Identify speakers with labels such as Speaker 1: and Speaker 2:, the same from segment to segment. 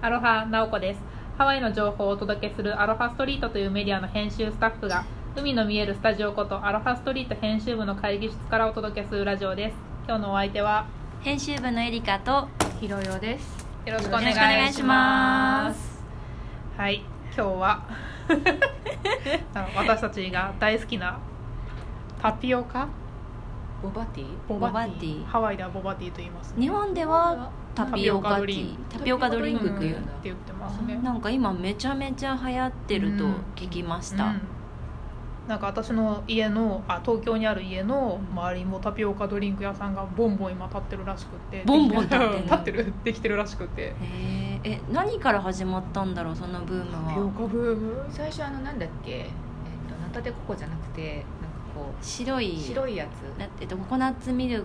Speaker 1: アロハナオコですハワイの情報をお届けするアロハストリートというメディアの編集スタッフが海の見えるスタジオことアロハストリート編集部の会議室からお届けするラジオです今日のお相手は
Speaker 2: 編集部のエリカと
Speaker 3: ひろよです。
Speaker 1: よろしくお
Speaker 2: よ
Speaker 1: 願
Speaker 2: ろし
Speaker 1: い
Speaker 2: くお願い
Speaker 1: し
Speaker 2: し
Speaker 1: ま
Speaker 2: ますす。
Speaker 1: はい今日 はあの私たちが大好きなタピオカ
Speaker 3: ボバティ。
Speaker 1: ボバティ
Speaker 2: ボバティ
Speaker 1: ハワイではボバティと言います
Speaker 2: 日本ではタピオカティー、タ
Speaker 3: タ
Speaker 2: ピ
Speaker 3: ピ
Speaker 2: オ
Speaker 3: オ
Speaker 2: カ
Speaker 3: カ
Speaker 2: ド
Speaker 3: ド
Speaker 2: リン
Speaker 3: リン
Speaker 2: ク
Speaker 3: ク
Speaker 2: っ
Speaker 3: ってて
Speaker 2: い
Speaker 3: いうう
Speaker 2: の
Speaker 3: ん
Speaker 1: って言ってますね
Speaker 2: なんか今めちゃめちゃ流行ってると聞きました。
Speaker 1: うんなんか私の家のあ東京にある家の周りもタピオカドリンク屋さんがボンボン今立ってるらしくって
Speaker 2: ボンボン立ってんの
Speaker 1: 立ってるできてるらしくて
Speaker 2: へーえ何から始まったんだろうそのブーム
Speaker 1: タピオ
Speaker 2: は
Speaker 1: カブーム
Speaker 3: 最初あのなんだっけ、えっとナタデココじゃなくてなんかこ
Speaker 2: 白
Speaker 3: う
Speaker 2: い
Speaker 3: 白いや
Speaker 2: なえっとココナッツミル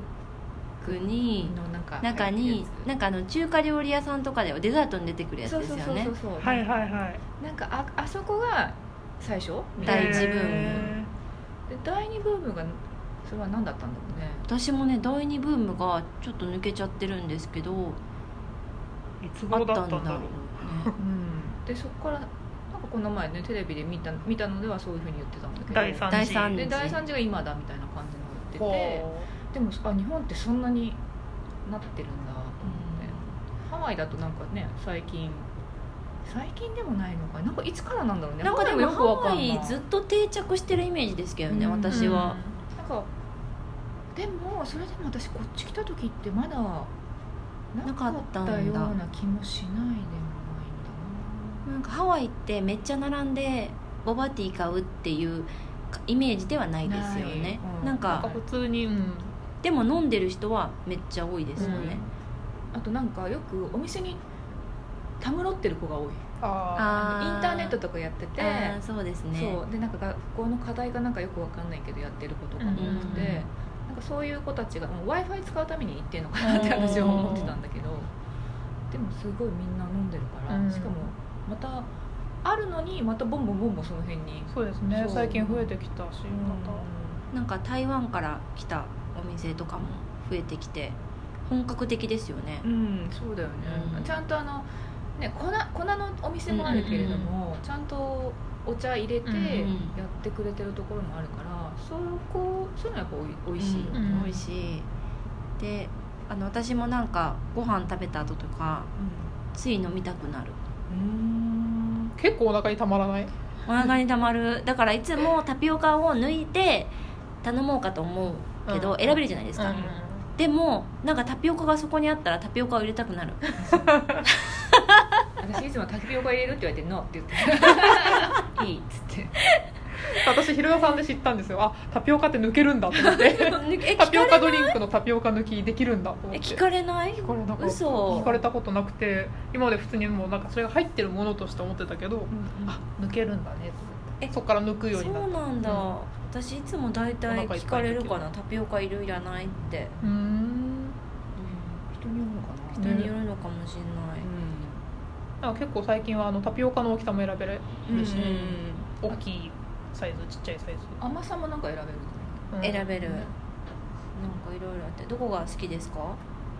Speaker 2: ク
Speaker 3: つ
Speaker 2: に
Speaker 3: のなんか
Speaker 2: 中になんかあの中華料理屋さんとかではデザートに出てくるやつ
Speaker 3: そう
Speaker 2: です
Speaker 3: そ
Speaker 2: よ
Speaker 3: う
Speaker 2: ね
Speaker 3: そうそうそう。
Speaker 1: はいはいはい
Speaker 3: なんかああそこが最初。
Speaker 2: 第一
Speaker 3: で
Speaker 2: ブーム
Speaker 1: へ
Speaker 3: 第二ブームがそれは何だったんだろうね。
Speaker 2: 私もね第二ブームがちょっと抜けちゃってるんですけど
Speaker 1: ーいつ
Speaker 2: あ
Speaker 1: 頃
Speaker 2: っ
Speaker 1: だ
Speaker 2: た
Speaker 1: った
Speaker 2: ん
Speaker 1: ん
Speaker 2: だ
Speaker 1: だろ
Speaker 2: ろう
Speaker 1: う
Speaker 2: ね
Speaker 3: うん。でそこからなんかこの前ねテレビで見た見たのではそういう風に言ってたんだけど。
Speaker 1: 第三
Speaker 2: 第
Speaker 1: 次
Speaker 2: 三
Speaker 3: で
Speaker 2: 次
Speaker 3: 第三次が今だみたいな感じの
Speaker 1: ほ
Speaker 3: を
Speaker 1: う
Speaker 3: 言ってて。でもあ日本ってそんなになってるんだと思って、ハワイだとなんかね最近最近でもないのかなんかいつからなんだろうね
Speaker 2: なんかでもハ
Speaker 3: わ
Speaker 2: ワイずっと定着してるイメージですけどね、
Speaker 3: うん
Speaker 2: 私は、
Speaker 3: なんかでもそれでも私こっち来た時ってまだなかったような気もしないでもないんだな
Speaker 2: なんかハワイってめっちゃ並んでボバティ買うっていうイメージではないですよねない
Speaker 3: な
Speaker 2: ん,、
Speaker 3: うん
Speaker 1: なんか
Speaker 2: か
Speaker 1: 普通にうん
Speaker 2: でも飲んでる人はめっちゃ多いですよね、
Speaker 3: あとなんかよくお店にたむろってる子が多いイン
Speaker 1: あ
Speaker 2: あー
Speaker 3: ターネットとかやってて
Speaker 2: あーそうですね
Speaker 3: そうでなんか学校の課題がなんかよくわかんないけどやってることが多く
Speaker 1: う
Speaker 3: て、
Speaker 1: ん
Speaker 3: なんかそういう子たちが w i f i 使うために行ってんのかなって私は思ってたんだけどでもすごいみんな飲んでるから、
Speaker 1: うん
Speaker 3: しかもまたあるのにまたボンボンボンボンその辺に
Speaker 1: あそうですね
Speaker 3: そう
Speaker 1: 最近増えてきたしま
Speaker 2: なんか台湾から来たお店とかも増えてきて本格的ですよね
Speaker 3: う、んそうだよね、
Speaker 2: うん
Speaker 3: ちゃんとあの、ね、粉粉のお店もあるけれども、ちゃんとお茶入れて
Speaker 1: うんうん
Speaker 3: やってくれてるところもあるから、そこそういうのはやっぱおいおいしい、
Speaker 2: う
Speaker 3: うん
Speaker 2: ん美味しいであの私もなんかご飯食べた後とかつい飲みたくなる
Speaker 3: うん
Speaker 1: た結構お腹にたまらない
Speaker 2: お腹にたまるだからいつもタピオカを抜いて頼もうかと思うけど、
Speaker 1: うん
Speaker 2: 選べるじゃないですか、でもなんかタピオカがそこにあったらタピオカを入れたく なる
Speaker 3: 私いつもタピオカ入れるって言われて「ノー」って言って「いい」っつって
Speaker 1: 私ひろやさんで知ったんですよあタピオカって抜けるんだと思って
Speaker 2: え
Speaker 1: タ
Speaker 2: 聞
Speaker 1: ピオカ
Speaker 2: かれ
Speaker 1: ドリンクのタピオカ抜きできるんだと思っ
Speaker 2: え
Speaker 1: て
Speaker 2: 聞かれない
Speaker 1: 聞かれなかった
Speaker 2: 嘘
Speaker 1: 聞かれたことなくて今まで普通にもうなんかそれが入ってるものとして思ってたけどあ抜けるんだね
Speaker 2: え
Speaker 1: そっから抜くよう
Speaker 2: そ
Speaker 1: になっ
Speaker 2: う
Speaker 1: た
Speaker 2: なんだ、
Speaker 1: うん
Speaker 2: 私いつも大
Speaker 1: お腹い
Speaker 2: 体
Speaker 1: っぱい
Speaker 2: 聞かれるか
Speaker 1: の
Speaker 2: なタピオカいるいらないって、
Speaker 1: うーん
Speaker 3: 人によるのかな
Speaker 2: 人によるのかもしれない、
Speaker 1: なんか結構最近はあのタピオカの大きさも選べる
Speaker 3: うん
Speaker 1: し、大きいサイズちっちゃいサイズ、
Speaker 3: 甘さもなんか選べる
Speaker 1: うん
Speaker 2: 選べる、なんかいろいろあってどこが好きですか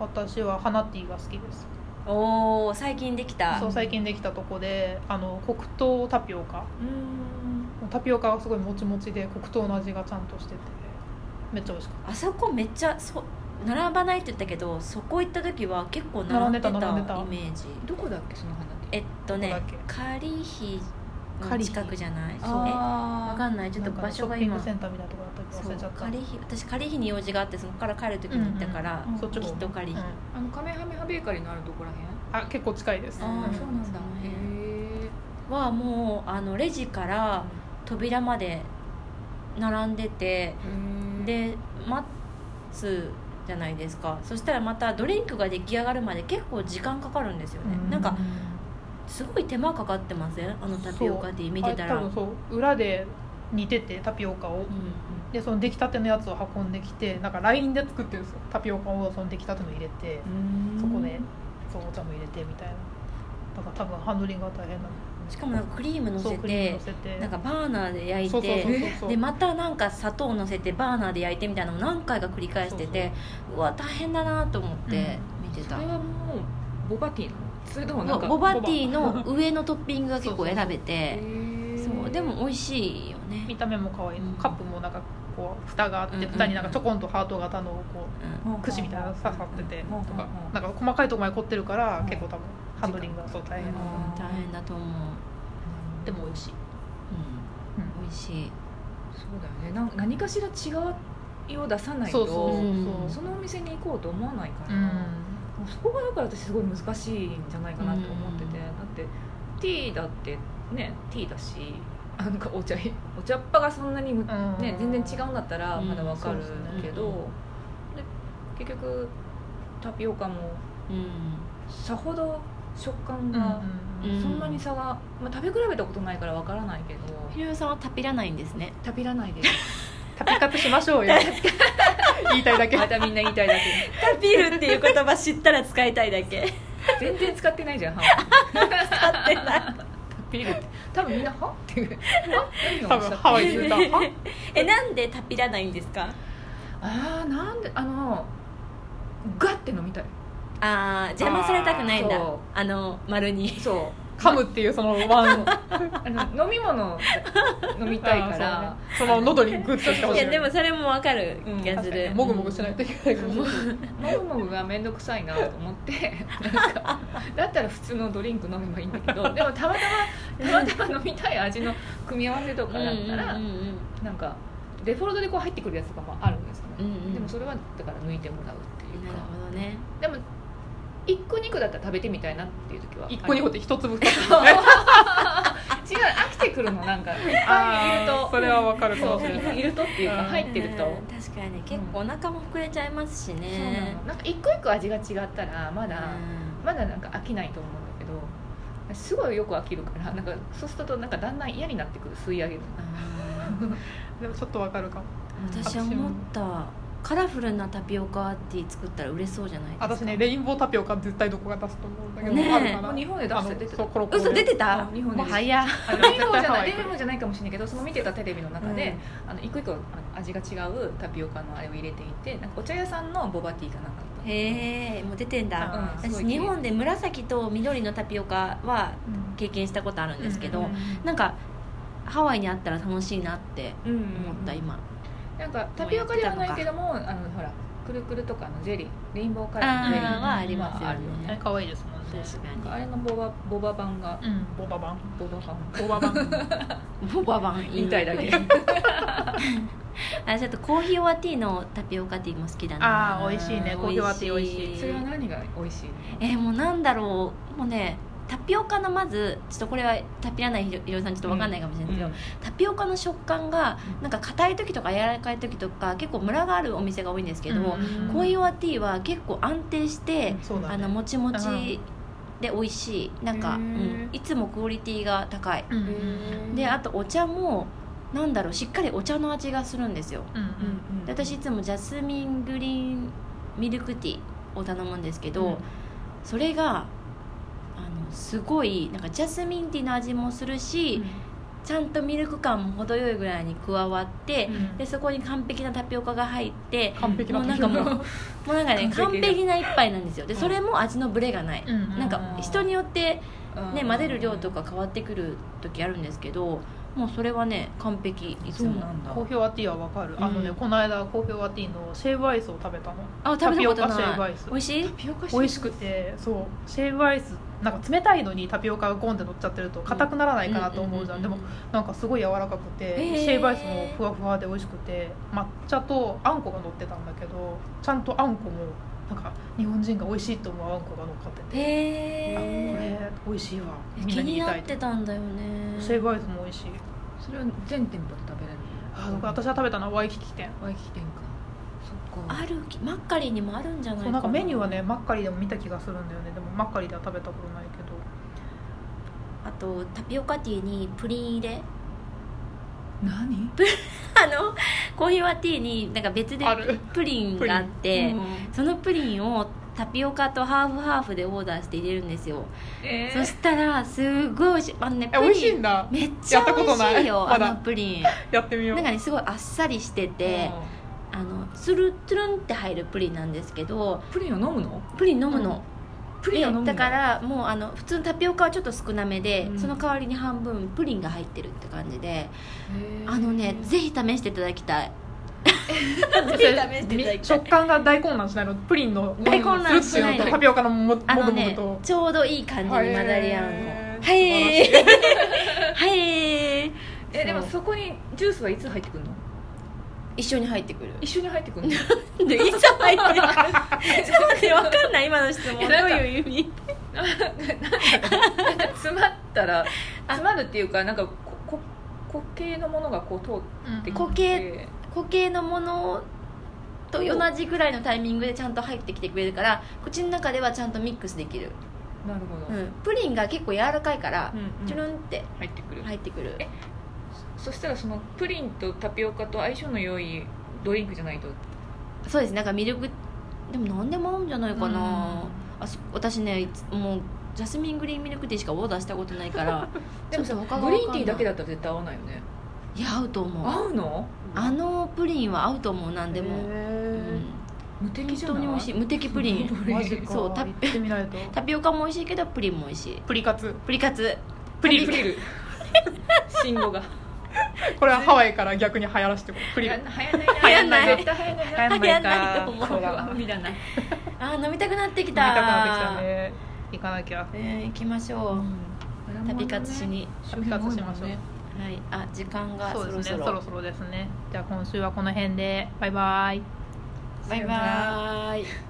Speaker 1: 私は花ティーが好きです
Speaker 2: おお最近できた
Speaker 1: そう最近できたとこであの黒糖タピオカ
Speaker 3: うん
Speaker 1: タピオカがすごいもちもちで黒糖の味がちゃんとしててめっちゃ美味しかっ
Speaker 2: あそこめっちゃそ並ばないって言ったけどそこ行った時は結構並んでた
Speaker 1: 並んでた
Speaker 2: イ
Speaker 1: 並ん
Speaker 2: メージ
Speaker 3: どこだっけその花って
Speaker 2: えっとね
Speaker 1: どこだっ
Speaker 2: カリヒの近くじゃな
Speaker 1: カ
Speaker 2: い
Speaker 1: リヒ
Speaker 2: え
Speaker 3: あ
Speaker 2: わか
Speaker 3: ん
Speaker 2: んない
Speaker 1: た
Speaker 2: ちょっと
Speaker 1: なんか
Speaker 2: 場
Speaker 1: ねショ
Speaker 2: 所が
Speaker 1: ッピン
Speaker 2: 今
Speaker 1: グセンターみたいなとこだった
Speaker 2: そ
Speaker 1: り忘れちゃ
Speaker 2: う
Speaker 1: った
Speaker 2: カリヒ私カリヒに用事があってそこから帰る時に行ったから、
Speaker 3: うんうん
Speaker 1: そっち
Speaker 2: き
Speaker 1: も
Speaker 2: っとカリヒ、
Speaker 1: うん
Speaker 3: あのカメハメハベーカリーのあるとこらへん
Speaker 1: あ結構近いです
Speaker 2: あー
Speaker 1: うん
Speaker 2: そうなんだ
Speaker 3: へえ
Speaker 2: はもうあのレジから扉まで並んでてで待つじゃないですかそしたらまたドリンクが出来上がるまで結構時間かかるんですよね、
Speaker 1: うん
Speaker 2: なんかすごい手間かかってませんあのタピオカティー見てたら
Speaker 1: あれ多分そう裏で煮ててタピオカを、
Speaker 2: う
Speaker 1: でその出来たてのやつを運んできてなんかラインで作ってるんですよタピオカをその出来たての入れて、そこでそうお茶も入れてみたいなだから多分ハンドリングが大変なん
Speaker 2: んしかもなんかクリーム乗
Speaker 1: だそ
Speaker 2: せ
Speaker 1: うクリーム
Speaker 2: て
Speaker 1: 乗せて
Speaker 2: なんかバーナーで焼いて
Speaker 1: そうそうそうそうそう
Speaker 2: でまたなんか砂糖乗せてバーナーで焼いてみたいなのを何回か繰り返しててうわ大変だなと思って見て
Speaker 3: そ
Speaker 2: た、
Speaker 3: れはもうボバティーなのそれともなんか
Speaker 2: ボバティーの上のトッピングが結構選べて
Speaker 3: そ
Speaker 2: そうでも美味しいよね
Speaker 1: 見た目も可愛い、
Speaker 2: うん
Speaker 1: カップもなんかこう蓋があって、
Speaker 2: うんうん
Speaker 1: 蓋になんかちょこんとハート型のこ
Speaker 2: うん
Speaker 1: う串みたいなの刺さってて、
Speaker 3: うん
Speaker 1: とか、
Speaker 3: うん
Speaker 1: なんか細かいとこまで凝ってるから、
Speaker 3: うん
Speaker 1: 結構多分ハンドリングがそう大変な、
Speaker 3: うん
Speaker 2: 大変だと思う
Speaker 1: でも美味しい、
Speaker 2: うん美味しい
Speaker 3: そうだよねなん何かしら違うよう出さない
Speaker 1: そ
Speaker 3: と
Speaker 1: うそうそう
Speaker 2: うん
Speaker 1: そ
Speaker 3: そのお店に行こうと思わないか
Speaker 1: う
Speaker 3: ら、
Speaker 1: ん
Speaker 3: そこがだから私すごい難しいんじゃないかなと思ってて、
Speaker 2: うん
Speaker 3: だってティーだってねティーだしあなんかお茶いお茶っ葉がそんなにむ、
Speaker 1: うん
Speaker 3: ね、全然違うんだったら
Speaker 2: うん
Speaker 3: まだわかる
Speaker 1: そうですね
Speaker 3: けど、で結局タピオカも
Speaker 2: うん
Speaker 3: さほど食感
Speaker 1: うん
Speaker 3: が
Speaker 1: うん
Speaker 2: うん
Speaker 3: そんなに差が、まあ、食べ比べたことないからわからないけど
Speaker 2: ひろゆさんはタピらないんですね
Speaker 3: 食べらないです
Speaker 1: タピ活しましょうよ言いたいだけ
Speaker 3: またみんな言いたいだけ
Speaker 2: タピるっていう言葉知ったら使いたいだけ
Speaker 3: 全然使ってないじゃん歯
Speaker 2: 使ってない
Speaker 3: ビールって多分みんな歯っていう
Speaker 1: 多分ハワイで言うたは
Speaker 2: えなんでタピらないんですか
Speaker 3: ああなんであのガッて飲みたい
Speaker 2: あー邪魔されたくないんだ
Speaker 3: あー
Speaker 2: あ
Speaker 3: そう
Speaker 2: の丸に
Speaker 3: そ
Speaker 1: 噛むっていうそのワン
Speaker 3: うあの飲み物飲みたいから
Speaker 1: その喉にグッとしてほ
Speaker 2: い
Speaker 1: しい
Speaker 2: やでもそれもわかる気がす
Speaker 1: 確か
Speaker 2: る、
Speaker 1: にもぐもぐしないといけないから
Speaker 3: もぐもぐが面倒くさいなと思ってなんかだったら普通のドリンク飲めばいいんだけどでもたまたまたまたま飲みたい味の組み合わせとかだったら
Speaker 2: うんうんうん
Speaker 3: なんかデフォルトでこう入ってくるやつとかもあるんですよね、
Speaker 2: うんうん
Speaker 3: でもそれはだから抜いてもらうっていう
Speaker 2: なる
Speaker 3: か
Speaker 2: ほどね
Speaker 3: でも1個2個だったら食べてみたいなっていう時は
Speaker 1: 一個二個って一粒二粒
Speaker 3: そう違う飽きてくるのなんかいっぱいいる
Speaker 1: あー
Speaker 3: と
Speaker 1: それはわかるかもしれ
Speaker 3: そ
Speaker 1: な
Speaker 3: う
Speaker 1: い
Speaker 3: いるとっていうか
Speaker 1: うん
Speaker 3: 入ってると、
Speaker 2: うん確かに結構お腹も膨れちゃいますし
Speaker 3: そうな
Speaker 2: ね
Speaker 3: のなんか一個一個味が違ったらまだ、
Speaker 2: うん
Speaker 3: まだなんか飽きないと思うんだけどすごいよく飽きるからなんかそうするとなんかだんだん嫌になってくる吸い上げる
Speaker 2: あ
Speaker 1: でもちょっとわかるかも
Speaker 2: ー私は思ったカラフルなタピオカティー作ったら売れそうじゃないですか
Speaker 1: 私ねレインボータピオカ絶対どこが出すと思うんだけど、
Speaker 2: ねえ
Speaker 1: あるかな
Speaker 3: もう日本で出して出てた
Speaker 1: あのそうコロコロ
Speaker 2: 嘘出てた
Speaker 3: あ日本で
Speaker 2: もう早
Speaker 1: あの
Speaker 3: レインボー
Speaker 1: 絶対
Speaker 3: じゃ
Speaker 1: ハワ
Speaker 3: ない
Speaker 1: イ
Speaker 3: レインボーじゃないかもしれないけどその見てたテレビの中で、
Speaker 2: うん
Speaker 3: あの一個一個あの味が違うタピオカのあれを入れていてなんかお茶屋さんのボバティーかなんかだったの
Speaker 2: へえもう出てんだ
Speaker 1: あ
Speaker 3: うんすご
Speaker 2: 私
Speaker 3: い
Speaker 2: 日本で紫と緑のタピオカは
Speaker 1: うん
Speaker 2: 経験したことあるんですけど、
Speaker 1: うんうん
Speaker 2: なんかハワイにあったら楽しいなって
Speaker 3: うんうん
Speaker 2: 思った今、
Speaker 3: なんかタピオカではないけどもあのほらくるくるとかのジェリーレインボーカラーのジェリー
Speaker 1: あーはあ
Speaker 2: りますよね
Speaker 3: はある
Speaker 1: あれ可愛いですもんね
Speaker 2: 確
Speaker 3: なんか
Speaker 2: か
Speaker 3: あれのボバボバ版が
Speaker 1: うんボババン
Speaker 3: ボ
Speaker 1: ボババ
Speaker 3: バ版
Speaker 1: ン
Speaker 2: にもうババン
Speaker 3: 言いたいだけ
Speaker 2: あちょっとコーヒーオアティーのタピオカティーも好きだな
Speaker 1: あー美味しいねコーヒーオアティー美味しい
Speaker 3: それは何が美味しいの
Speaker 2: えーもうなんだろうもうねタピオカのまずちょっとこれはタピらないひろひろさんちょっと分かんないかもしれないですけど、タピオカの食感が
Speaker 3: うん
Speaker 2: なんか硬い時とか柔らかい時とか結構ムラがあるお店が多いんですけど、
Speaker 1: うん
Speaker 2: コーヒーオアティーは結構安定して、
Speaker 1: そうだね
Speaker 2: あのもちもちで美味しいなんか、
Speaker 3: へ
Speaker 2: う
Speaker 3: ー
Speaker 2: んいつもクオリティが高い
Speaker 1: うん
Speaker 2: であとお茶もなんだろうしっかりお茶の味がするんですよ
Speaker 1: うん
Speaker 2: で私いつもジャスミングリーンミルクティーを頼むんですけど、
Speaker 3: うん
Speaker 2: それがあのすごいなんかジャスミンティーの味もするし、ちゃんとミルク感も程よいぐらいに加わって
Speaker 1: う、ん
Speaker 2: でそこに完璧なタピオカが入って
Speaker 1: 完璧な
Speaker 2: もうなんかもうもうなんかね完
Speaker 3: 完
Speaker 2: 璧
Speaker 3: 璧だ
Speaker 2: な一杯なんですよで
Speaker 3: うん
Speaker 2: それも味のブレがない、
Speaker 1: うん
Speaker 2: なんか人によってね
Speaker 3: うん
Speaker 2: 混ぜる量とか変わってくる時あるんですけどもうそれはね完璧いつ
Speaker 3: そう
Speaker 2: も
Speaker 3: なんだ
Speaker 1: コーヒーオアティーはわかる、あのね
Speaker 2: うん
Speaker 1: この間コーヒーオアティーのシェーブアイスを食べたの
Speaker 2: あ食べたこと
Speaker 1: タピオカシェーブ
Speaker 2: な
Speaker 1: ア
Speaker 2: い
Speaker 1: イス
Speaker 2: 美味しい
Speaker 3: ピオカ
Speaker 1: 美味しくてそうシェーブアイスなんか冷たいのにタピオカがゴンって乗っちゃってると硬くならないかなと思うじゃん,、でもなんかすごい柔らかくて、
Speaker 2: へー
Speaker 1: シェーブアイスもふわふわで美味しくて抹茶とあんこが乗ってたんだけどちゃんとあんこもなんか日本人が美味しいと思うあんこが乗っかってて、
Speaker 2: へえ
Speaker 1: あこれ美味しいわみん
Speaker 2: 気
Speaker 1: なに
Speaker 2: に
Speaker 1: 言い
Speaker 2: な
Speaker 1: た
Speaker 2: っ
Speaker 1: いと
Speaker 2: てたんだよね
Speaker 1: シェーブアイスも美味しい
Speaker 3: それは全店舗で食べれる
Speaker 1: あ僕私は食べたのはワイキキ店
Speaker 3: ワイキキ店かそっか
Speaker 2: あるきマッカリーにもあるんじゃないか
Speaker 1: そうなんかメニューはねマッカリでも見た気がするんだよねでもマッカリでは食べたことないけど
Speaker 2: あとタピオカティーにプリン入れ
Speaker 3: 何
Speaker 2: あのコーヒーはティーになんか別で
Speaker 1: ある
Speaker 2: プリンがあって、
Speaker 3: うん
Speaker 2: そのプリンをタピオカとハーフハーフでオーダーして入れるんですよ、
Speaker 3: え
Speaker 2: そしたらすごい美味しいあのね
Speaker 1: え
Speaker 2: プ
Speaker 1: 美味しい
Speaker 2: リ
Speaker 1: ん
Speaker 2: ン
Speaker 1: だ
Speaker 2: めっちゃ美味しいよ
Speaker 1: やったことないまだ
Speaker 2: あのプリン
Speaker 1: やってみよう
Speaker 2: なんかねすごいあっさりしてて、あのスルトゥルンって入るプリンなんですけど
Speaker 3: プリンを飲むの
Speaker 2: プリン飲むの、
Speaker 3: プリンを飲むん
Speaker 2: でだからもうあの普通のタピオカはちょっと少なめで、
Speaker 3: うん
Speaker 2: その代わりに半分プリンが入ってるって感じで
Speaker 3: へー
Speaker 2: あのねぜひ試していただきたい
Speaker 1: そ
Speaker 2: ぜひ試していただ
Speaker 1: れ
Speaker 2: きたい
Speaker 1: 食感が大混乱しないのプリンの
Speaker 2: 大混乱
Speaker 1: するっていうの
Speaker 2: しない
Speaker 1: とタピオカのもも
Speaker 2: あの
Speaker 1: ぐもぐ
Speaker 2: ね
Speaker 1: と
Speaker 2: ちょうどいい感じに混ざり合うの
Speaker 3: へー
Speaker 2: はいはい
Speaker 3: えでもそこにジュースはいつ入ってくるの
Speaker 2: 一緒に入ってくる
Speaker 3: 一緒に入ってくるの
Speaker 2: で 一緒に入ってくるちょっと待って分かんない今の質問
Speaker 3: え
Speaker 2: ど
Speaker 3: な
Speaker 2: うん
Speaker 3: か
Speaker 2: いう意味
Speaker 3: 詰まったら
Speaker 2: あ
Speaker 3: 詰まるっていうかなんかここ固形のものがこう通って
Speaker 2: 固形固形のものと同じぐらいのタイミングでちゃんと入ってきてくれるから口の中ではちゃんとミックスできる、
Speaker 3: なるほど、
Speaker 2: う
Speaker 3: うん
Speaker 2: ん、プリンが結構柔らかいから
Speaker 3: うん
Speaker 2: チュルンって
Speaker 3: 入ってくる、
Speaker 2: 入ってくる
Speaker 3: えそしたらそのプリンとタピオカと相性の良いドリンクじゃないと
Speaker 2: そうですなんかミルクでも何でも合うんじゃないかな、あそ私ねいつもうジャスミングリーンミルクティーしかオーダーしたことないから
Speaker 3: でも
Speaker 2: ち
Speaker 3: さ
Speaker 2: ょっと他が
Speaker 3: グリーンティーだけ
Speaker 2: だ
Speaker 3: だったら絶対合わないよね
Speaker 2: いや合うと思う
Speaker 3: 合うの
Speaker 2: あのプリンは合うと思う何でも、うん
Speaker 3: 無敵
Speaker 2: 本
Speaker 3: じゃ
Speaker 2: 当
Speaker 3: ない
Speaker 2: に美味しい無敵プリン
Speaker 3: プリン
Speaker 1: マジか
Speaker 2: そうタ
Speaker 1: 行ってみないと
Speaker 2: タピオカも美味しいけどプリンも美味しい
Speaker 1: プリカツ
Speaker 2: プリカツ
Speaker 1: プリ
Speaker 3: プリル 信号が
Speaker 1: これはハワイから逆に流行らせてこうプ
Speaker 3: 流
Speaker 1: リ
Speaker 3: 行
Speaker 1: ル
Speaker 3: んない
Speaker 2: 流行んない
Speaker 3: 絶対流行んない
Speaker 1: 流行んない
Speaker 2: 流行んないと
Speaker 1: か
Speaker 2: 思う
Speaker 1: これ は
Speaker 3: 無理だな
Speaker 2: あー飲みたくなってき
Speaker 1: 見
Speaker 2: た
Speaker 1: たくなってきたね行かなきゃ
Speaker 2: えー行きましょう旅活しに
Speaker 1: 旅活しましょう
Speaker 2: はいあ時間が
Speaker 1: そ
Speaker 2: そう
Speaker 1: で
Speaker 2: ろ
Speaker 1: すね
Speaker 2: そ
Speaker 1: そ
Speaker 2: ろ
Speaker 1: ろそろですねじゃあ今週はこの辺でバイバイ
Speaker 2: バイバーイ